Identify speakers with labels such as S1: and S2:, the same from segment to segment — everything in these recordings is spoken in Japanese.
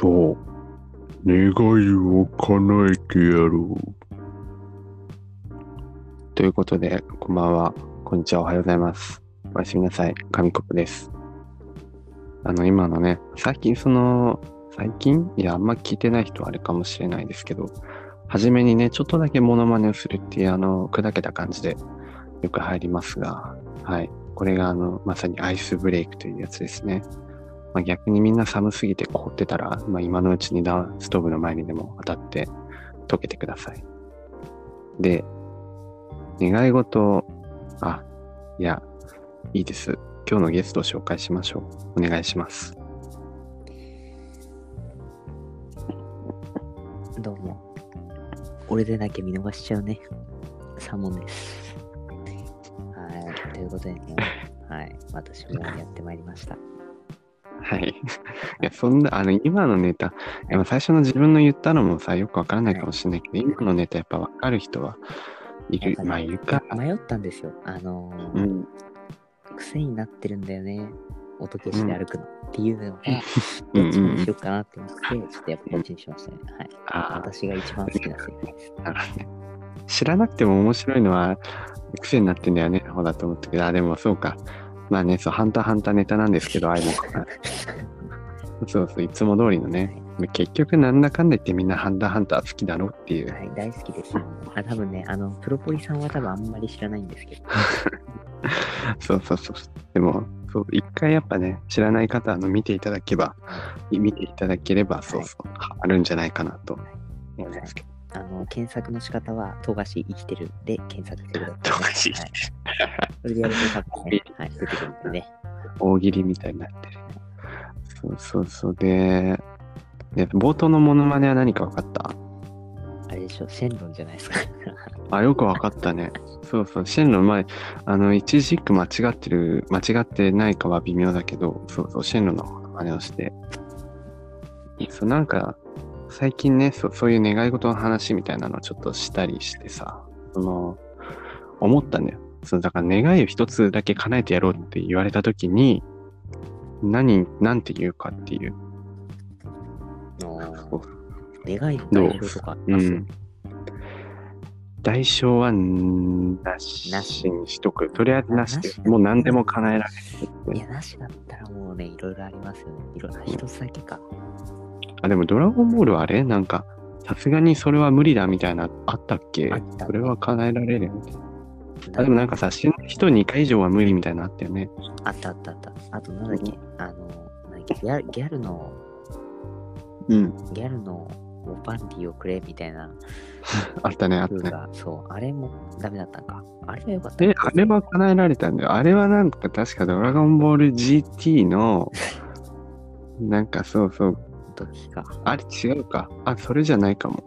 S1: そう。願いを叶えてやろう。
S2: ということで、こんばんは。こんにちは。おはようございます。おやすみなさい。紙コップです。あの、今のね、最近その、最近いや、あんま聞いてない人はあれかもしれないですけど、初めにね、ちょっとだけモノマネをするっていう、あの、砕けた感じでよく入りますが、はい。これが、あの、まさにアイスブレイクというやつですね。まあ、逆にみんな寒すぎて凍ってたら、まあ、今のうちにダストーブの前にでも当たって溶けてください。で、願い事を、あ、いや、いいです。今日のゲストを紹介しましょう。お願いします。
S3: どうも。俺でなきゃ見逃しちゃうね。サーモンです。はい。ということでね、はい。私もやってまいりました。
S2: はい。 いや、そんな、あの、今のネタ、いやまあ最初の自分の言ったのもさ、よくわからないかもしれないけど、今のネタやっぱわかる人はい
S3: なん
S2: る
S3: か、ね
S2: まあ、いるか。
S3: 迷ったんですよ。あの
S2: う
S3: ー
S2: ん。
S3: 癖になってるんだよね。音消して歩くの。っていうの
S2: う
S3: が、ど
S2: ん
S3: っ
S2: う
S3: ちに
S2: ん。
S3: しようかなって思って、ちょっとやっぱこっちにしましたね。はい。
S2: ああ、
S3: 私が一番好きな世界です。
S2: 知らなくても面白いのは、癖になってんだよね、ほらと思ったけど、あ、でもそうか。まあね、そう、ハンターハンターネタなんですけど、ああいうのそうそう、いつも通りのね。結局なんだかんだ言ってみんなハンターハンター好きだろうっていう。
S3: はい、大好きです。あ、多分ね、あの、プロポリさんは多分あんまり知らないんですけど。
S2: そうそうそう。でも、そう一回やっぱね、知らない方あの見ていただけば、見ていただければ、そうそう、はあるんじゃないかなと思いますけど。
S3: あの検索の仕方は、富樫生きてるで検索してください、ね。
S2: 富樫生き
S3: てる。それでやると多分ね、はい、出てくるん でね。
S2: 大喜利みたいになってる。そうそうそう。で、で冒頭のモノマネは何か分かった
S3: あれでしょ、シェンロンじゃないですか。
S2: あ、よく分かったね。そうそう、シェンロン前、あの、一軸間違ってる、間違ってないかは微妙だけど、そうそう、シェンロンの真似をして。そう、なんか、最近ねそう、そういう願い事の話みたいなのをちょっとしたりしてさ、その、思ったんだよ。そのだから願いを一つだけ叶えてやろうって言われた時に、何、なんて言うかっていう。
S3: の
S2: こ
S3: 願いの代表とか、
S2: ううん。代償は、んな
S3: な
S2: し
S3: し
S2: にしとく。とりあえずなしで
S3: なし、
S2: もう何でも叶えられ
S3: いや、なしだったらもうね、いろいろありますよね。いろいろ、あ一つだけか。
S2: あ、でもドラゴンボールはあれなんか、さすがにそれは無理だみたいな、あったっけ
S3: あった
S2: それは叶えられるみたいな。あ、でもなんかさ、死ぬ人2回以上は無理みたいなのあったよね。
S3: あったあったあった。あと、なんだっけ、あの、なんだっけギャルギャルの、
S2: うん。
S3: ギャルの、おパンティーをくれみたいな
S2: あったね、あった
S3: 風
S2: ね。
S3: が、そう、あれもダメだったんか。あれはよかったの
S2: で、
S3: か。
S2: あれは叶えられたんだよ。あれはなんか確かドラゴンボール GT の、なんかそうそう、
S3: 時か。
S2: あれ違うか。あ、それじゃないかも。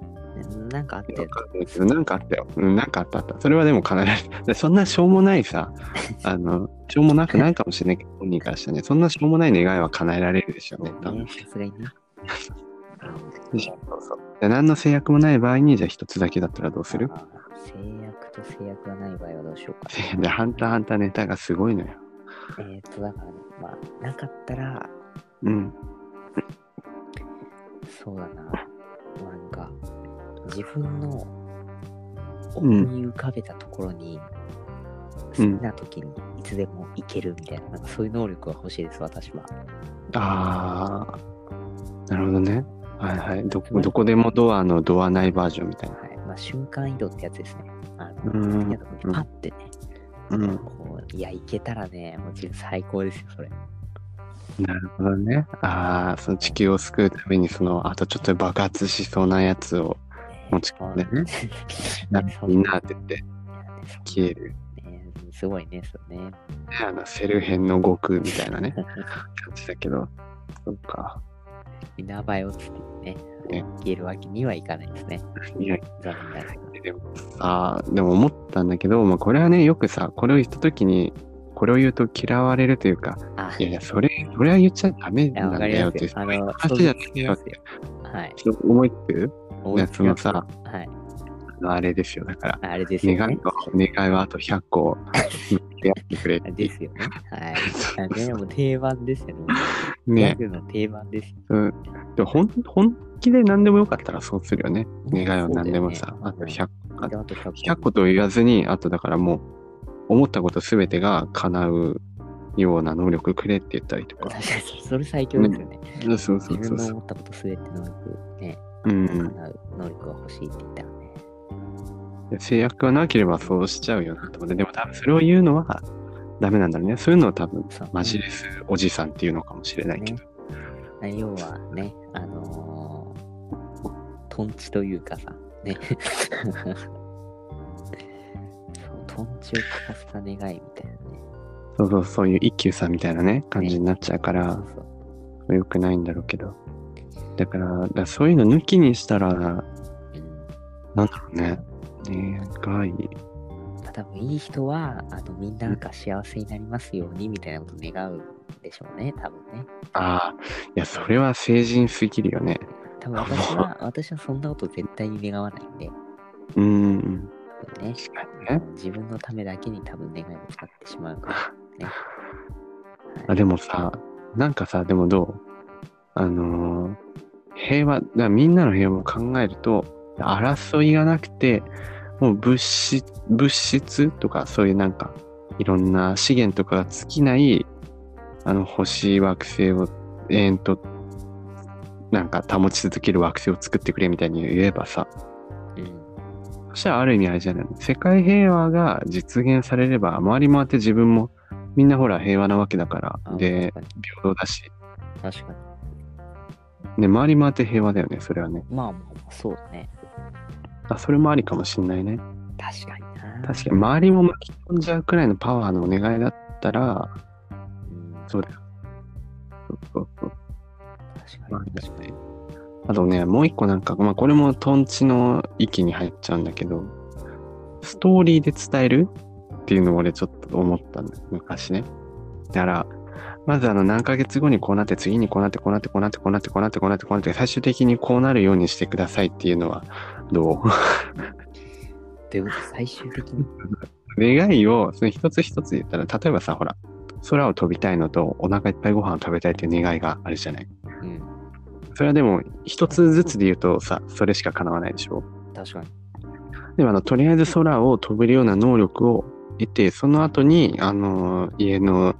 S3: なんかあった
S2: わ
S3: よ。
S2: かんないけどなんかあったよ。うん、なんかあったあった。それはでも叶えられ た。でそんなしょうもないさ、あの、しょうもなくないかもしれないけど、本人からしたらね、そんなしょうもない願いは叶えられるでしょうね。多分
S3: ね、さすがにね。
S2: そうそうで何の制約もない場合に、じゃあ一つだけだったらどうする
S3: あー制約と制約がない場合はどうしようか。
S2: で、ハンターハンターネタがすごいのよ。
S3: えーっと、だからね、まあ、なかったら、
S2: うん。
S3: そうだな、なんか、自分の思い浮かべたところに、好きな時にいつでも行けるみたいな、なんかそういう能力が欲しいです、私は。
S2: あー、なるほどね。はいはい。どこどこでもドアのドアないバージョンみたいな。
S3: はい。まあ、瞬間移動ってやつですね。あの、
S2: うん
S3: 好きなとこにパッてね、
S2: うん。
S3: こう、いや、行けたらね、もう自分最高ですよ、それ。
S2: なるほどね。ああ、その地球を救うために、その、あとちょっと爆発しそうなやつを持ち込んで ね。なみんな当てて消える。
S3: ね、すごいね、そうね。
S2: ねあの、セル編の悟空みたいなね、感じだけど。そうか。
S3: 名前をつけてね、
S2: ね
S3: 消えるわけにはいかないですね。
S2: いや、
S3: 残念ながら。
S2: でもさ、でも思ったんだけど、まあ、これはね、よくさ、これを言った時に、これを言うと嫌われるというか、
S3: あ、
S2: いやいや、それ、それは言っちゃダメ
S3: い
S2: な
S3: やわ
S2: ん
S3: か
S2: だ
S3: り
S2: よ
S3: ま
S2: っ
S3: す
S2: て
S3: よ。、あの、
S2: 話じゃないよっ
S3: そうで
S2: て、
S3: すよはい。
S2: ちょっと思いつくやつのさ、
S3: はい。
S2: あれですよ、だから。
S3: あれですよ
S2: 願
S3: ね
S2: い。は、願いはあと100個やってくれ
S3: ですよね。はい。あれね、もう定番ですよね。ギャ
S2: ね
S3: グの定番ですよ。
S2: うん。でもほん本気で何でもよかったらそうするよね。
S3: うん
S2: 願いは何でもさ、
S3: そうだよね
S2: あと100、
S3: であと100
S2: 100個と言わずに、あとだからもう、思ったことすべてが叶うような能力くれって言ったりと
S3: 確
S2: か
S3: か。に、 それ最強ですよね。
S2: そうそうそ
S3: 自
S2: う
S3: 分の
S2: そう。
S3: 思ったことすべて能力、ね、
S2: う
S3: 叶
S2: ん。
S3: う能力が欲しいって言ったらね。
S2: 制約がなければそうしちゃうよなと思って。でも多分それを言うのはダメなんだろうね。そういうのを多分、
S3: そう
S2: マジレスおじさんっていうのかもしれないけど。
S3: ね要はね、あのー、トンチというかさ、ね。そうトンチを聞かせた願いみたいなね。
S2: そうそう、そういう一休さんみたいなね、感じになっちゃうか
S3: そ
S2: ら、
S3: うそう
S2: 良くないんだろうけど。だから、だからそういうの抜きにしたら、なん
S3: うん
S2: だろうね。願い。
S3: まあ、多分いい人は、あの、みんなが幸せになりますように、みたいなことを願うんでしょうね、多分ね。
S2: ああ、いや、それは成人すぎるよね。
S3: 多分私は、 私はそんなこと絶対に願わないんで、
S2: うーん。
S3: ね、
S2: 確かにね。
S3: 自分のためだけに多分願いを使ってしまうから、ね。
S2: あでもさ、なんかさ、でもどうあのー平和、だからみんなの平和を考えると、争いがなくて、もう物質、物質とか、そういうなんか、いろんな資源とかが尽きない、あの、星惑星を永遠と、なんか保ち続ける惑星を作ってくれみたいに言えばさ、
S3: うん。
S2: そしたらある意味あれじゃない世界平和が実現されれば、周り回って自分も、みんなほら平和なわけだか
S3: あ
S2: ら、で、
S3: 確か
S2: 平等だし、
S3: に確かに。
S2: ね、回り回って平和だよね、それはね。
S3: まあまあまあ、そうだね。
S2: あ、それもありかもしんないね。
S3: 確かにな。
S2: 確かに、周りも巻き込んじゃうくらいのパワーのお願いだったら、
S3: うん
S2: そうだよ。そうそうそう。
S3: 確
S2: ま
S3: か
S2: あ
S3: に、確かに。
S2: あとね、もう一個なんか、まあ、これもトンチの域に入っちゃうんだけど、ストーリーで伝えるっていうのを俺ちょっと思ったんだ、昔ね。だから、まずあの、何ヶ月後にこうなって、次にこうなって、こうなって、こうなって、こうなって、こうなって、こうなって、こうなって、最終的にこうなるようにしてくださいっていうのは、どう
S3: ということで、最終的に、
S2: 願いをその一つ一つ言ったら例えばさほら空を飛びたいのとお腹いっぱいご飯を食べたいっていう願いがあるじゃない
S3: うん、
S2: それはでも一つずつで言うとさそれしか叶わないでしょ
S3: 確かに。
S2: でもあのとりあえず空を飛べるような能力を得てその後にあの家の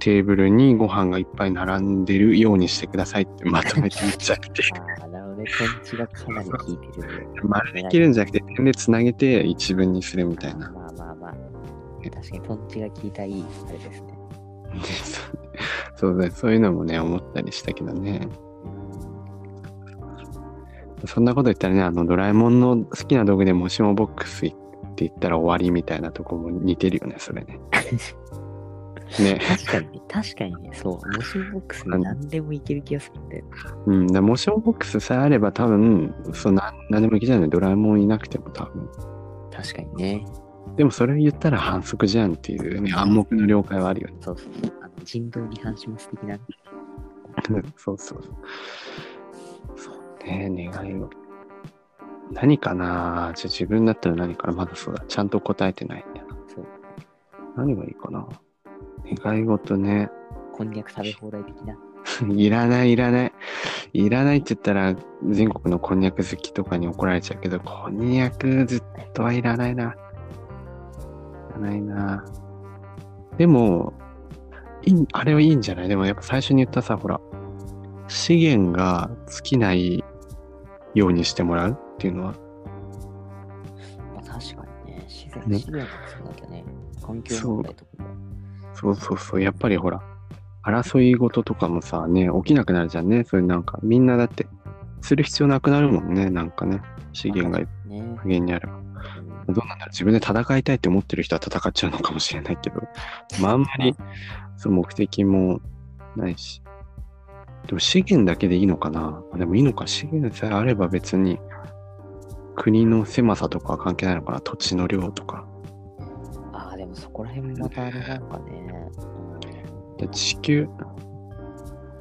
S2: テーブルにご飯がいっぱい並んでるようにしてくださいってまとめて言っちゃって
S3: ああ、なるほどね。トンチがかなり効いてるんで。
S2: まるで切るんじゃなくて点でつなげて一文にするみたいな
S3: まあまあまあ。確かに、トンチが効いたいい、あれですね。
S2: ね そうだそういうのもね思ったりしたけどねそんなこと言ったらねあのドラえもんの好きな道具でもしもボックスって言ったら終わりみたいなとこも似てるよねそれねね
S3: 確かに、確かにね、そう、モシンボックスに何でもいける気がするんだよね。
S2: うんだからもしもボックスさえあれば多分そうな何でもいけちゃうねドラえもんいなくても多分
S3: 確かにね。
S2: でもそれを言ったら反則じゃんっていうね暗黙の了解はあるよね
S3: そうそうそう。あの人道に反します的な。
S2: そうそうそうね願いを何かなじゃあ自分だったら何かなまだそうだちゃんと答えてないんだよな
S3: そう。
S2: 何がいいかな願い事ね。
S3: こんにゃく食べ放題的な。
S2: いらない、いらない。いらないって言ったら、全国のこんにゃく好きとかに怒られちゃうけど、こんにゃくずっとはいらないな。いらないな。でも、いいあれはいいんじゃないでもやっぱ最初に言ったさ、ほら、資源が尽きないようにしてもらうっていうのは、
S3: まあ、確かにね、自然、
S2: ね
S3: 資源がそうなんだよね。環境問題とかも。
S2: そうそうそう、やっぱりほら、争い事とかもさ、ね、起きなくなるじゃんね。そういうなんか、みんなだって、する必要なくなるもんね、なんかね。資源が
S3: ね。うん
S2: 無限にあれば。どうなんだろう自分で戦いたいって思ってる人は戦っちゃうのかもしれないけど、まああんまり、そう、目的もないし。でも資源だけでいいのかなでもいいのか、資源さえあれば別に、国の狭さとかは関係ないのかな土地の量とか。
S3: ああ、でもそこら辺もまたあれなんかね。うん
S2: で地球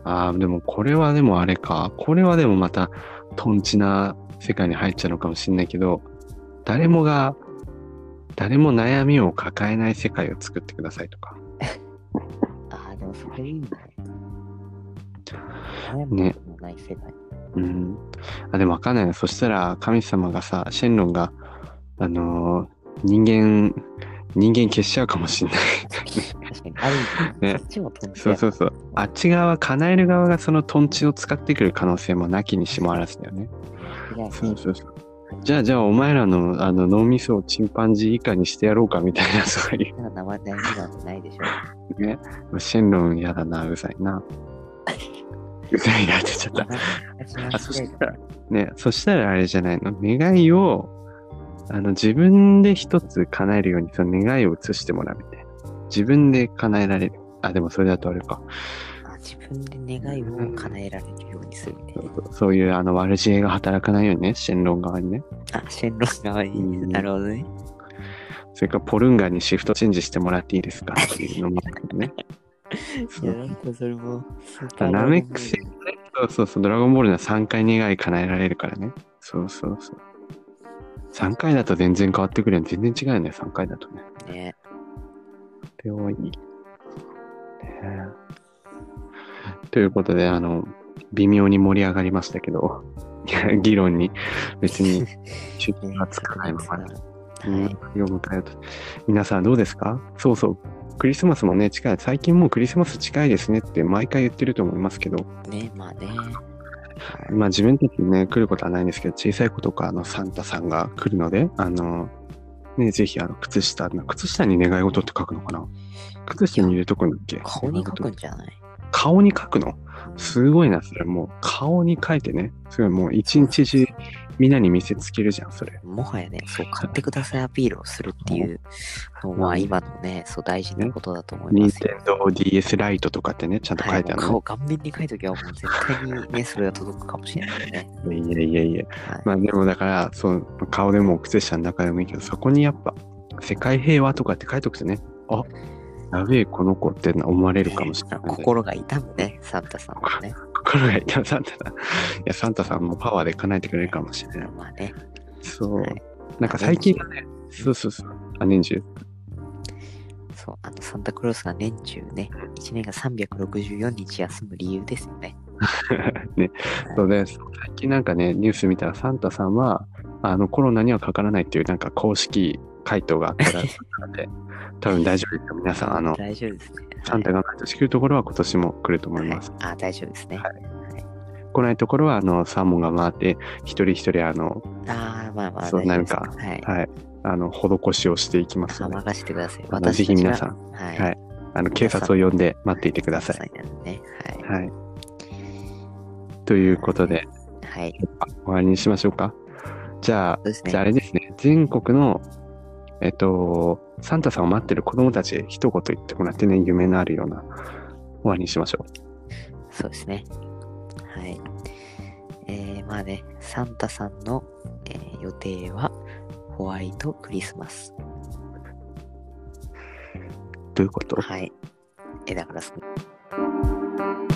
S2: ああでもこれはでもあれかこれはでもまたとんちな世界に入っちゃうのかもしれないけど誰もが誰も悩みを抱えない世界を作ってくださいとか
S3: ああ、でもそれいいね。悩むこともない世界。
S2: うん。あ、でもわかんないな。そしたら、神様がさ、シェンロンが、あのー人間、人間消しちゃうかもしんない。
S3: 確かに、ある意味、
S2: ね
S3: そっちも飛んで
S2: そうそうそう。あっち側、叶える側がそのトンチを使ってくる可能性もなきにしもあらずだよね。
S3: 間違いない
S2: そうそうそう。じゃあ、じゃあ、お前らのあの脳みそをチンパンジー以下にしてやろうかみたいな、そうい
S3: そんな名前大事なんてないでしょ。
S2: うね。シェンロン嫌だな、うざい な。うざいなって言っちゃった。あそしたら、ね、そしたらあれじゃないの。願いを、あの、自分で一つ叶えるように、その願いを移してもらうみたいな。自分で叶えられる。あ、でもそれだとあれか。
S3: あ自分で願いを叶えられるようにするみたい
S2: そういう、あの、悪知恵が働かないようにね、シェンロン側にね。
S3: な。あ、シェンロン側に。
S2: うん
S3: なるほどね。
S2: それから、ポルンガにシフトチェンジしてもらっていいですかっていうのもあるけど ね。
S3: いや、なんかそれも。
S2: ナメック星そうそうそう、ドラゴンボールのは3回願い叶えられるからね。そうそうそう。3回だと全然変わってくるよね。全然違うよね、3回だとね。
S3: ね。
S2: って多い。ねえということで、あの、微妙に盛り上がりましたけど、 いや議論に別に出
S3: ね
S2: 金がつかないままね、
S3: はい
S2: うんを迎えようと。皆さんどうですかそうそう。クリスマスもね、近い。最近もうクリスマス近いですねって毎回言ってると思いますけど、
S3: ね、まあね。
S2: まあ自分たちにね、来ることはないんですけど、小さい子とかあのサンタさんが来るので、あの、ね、ぜひあの、靴下、靴下に願い事って書くのかな靴下に入れとくんだっけ
S3: 顔に書くんじゃない
S2: 顔に書くのすごいな、それもう顔に書いてね。すごいもう一日中みんなに見せつけるじゃん、それ。
S3: もはやね、そう、買ってくださいアピールをするっていう、もうまあ今のね、そう大事なことだと思い
S2: 任
S3: ますよ。
S2: 天堂 d s ライトとかってね、ちゃんと書いてある
S3: は
S2: の、
S3: いも
S2: ね
S3: う顔顔面に書いときはもう絶対にね、それが届くかもしれ ないね。
S2: い。やいやいや。
S3: はい
S2: まあでもだから、そう、顔でも靴下の中でもいいけど、そこにやっぱ、世界平和とかって書いとくとね、あやべえ、この子ってな思われるかもしれない。
S3: 心が痛むね、サンタさんもね。
S2: 心が痛いサンタさん。いや、サンタさんもパワーで叶えてくれるかもしれない。
S3: まあね、
S2: そう
S3: はい。
S2: なんか最近はね、そうそうそう。あ、年中。
S3: そう、あの、サンタクロースが年中ね、1年が364日休む理由ですよね。
S2: ね、そうで、最近なんかね、ニュース見たら、サンタさんは、あの、コロナにはかからないっていう、なんか公式回答があったらしいので、多分大丈夫ですよ。皆さん、あの、
S3: 大丈夫ですね。
S2: サンタが毎年来るところは今年も来ると思います。
S3: はいあ、大丈夫ですね。
S2: 来ないところは、あの、サーモンが回って、一人一人、あの、
S3: ああ、まあまあ、
S2: そう
S3: 大丈夫です
S2: なんか
S3: はい。
S2: はい、あの、施しをしていきます
S3: あ
S2: ので、
S3: 任せてください。
S2: あのぜひ皆さん、
S3: ん、はい。
S2: はいあの、警察を呼んで待っていてください。
S3: 皆さんねはい。
S2: はい。ということで、
S3: はい。
S2: 終わりにしましょうか。じゃあ
S3: そう、ですね
S2: じゃああれですね、全国の、えっと、サンタさんを待ってる子供たちへ一言言ってもらってね、夢のあるような終わりにしましょ
S3: そうですね。はい。えー、まあね、サンタさんの、えー予定はホワイトクリスマス。
S2: う。どういうこと
S3: はい。え、だからその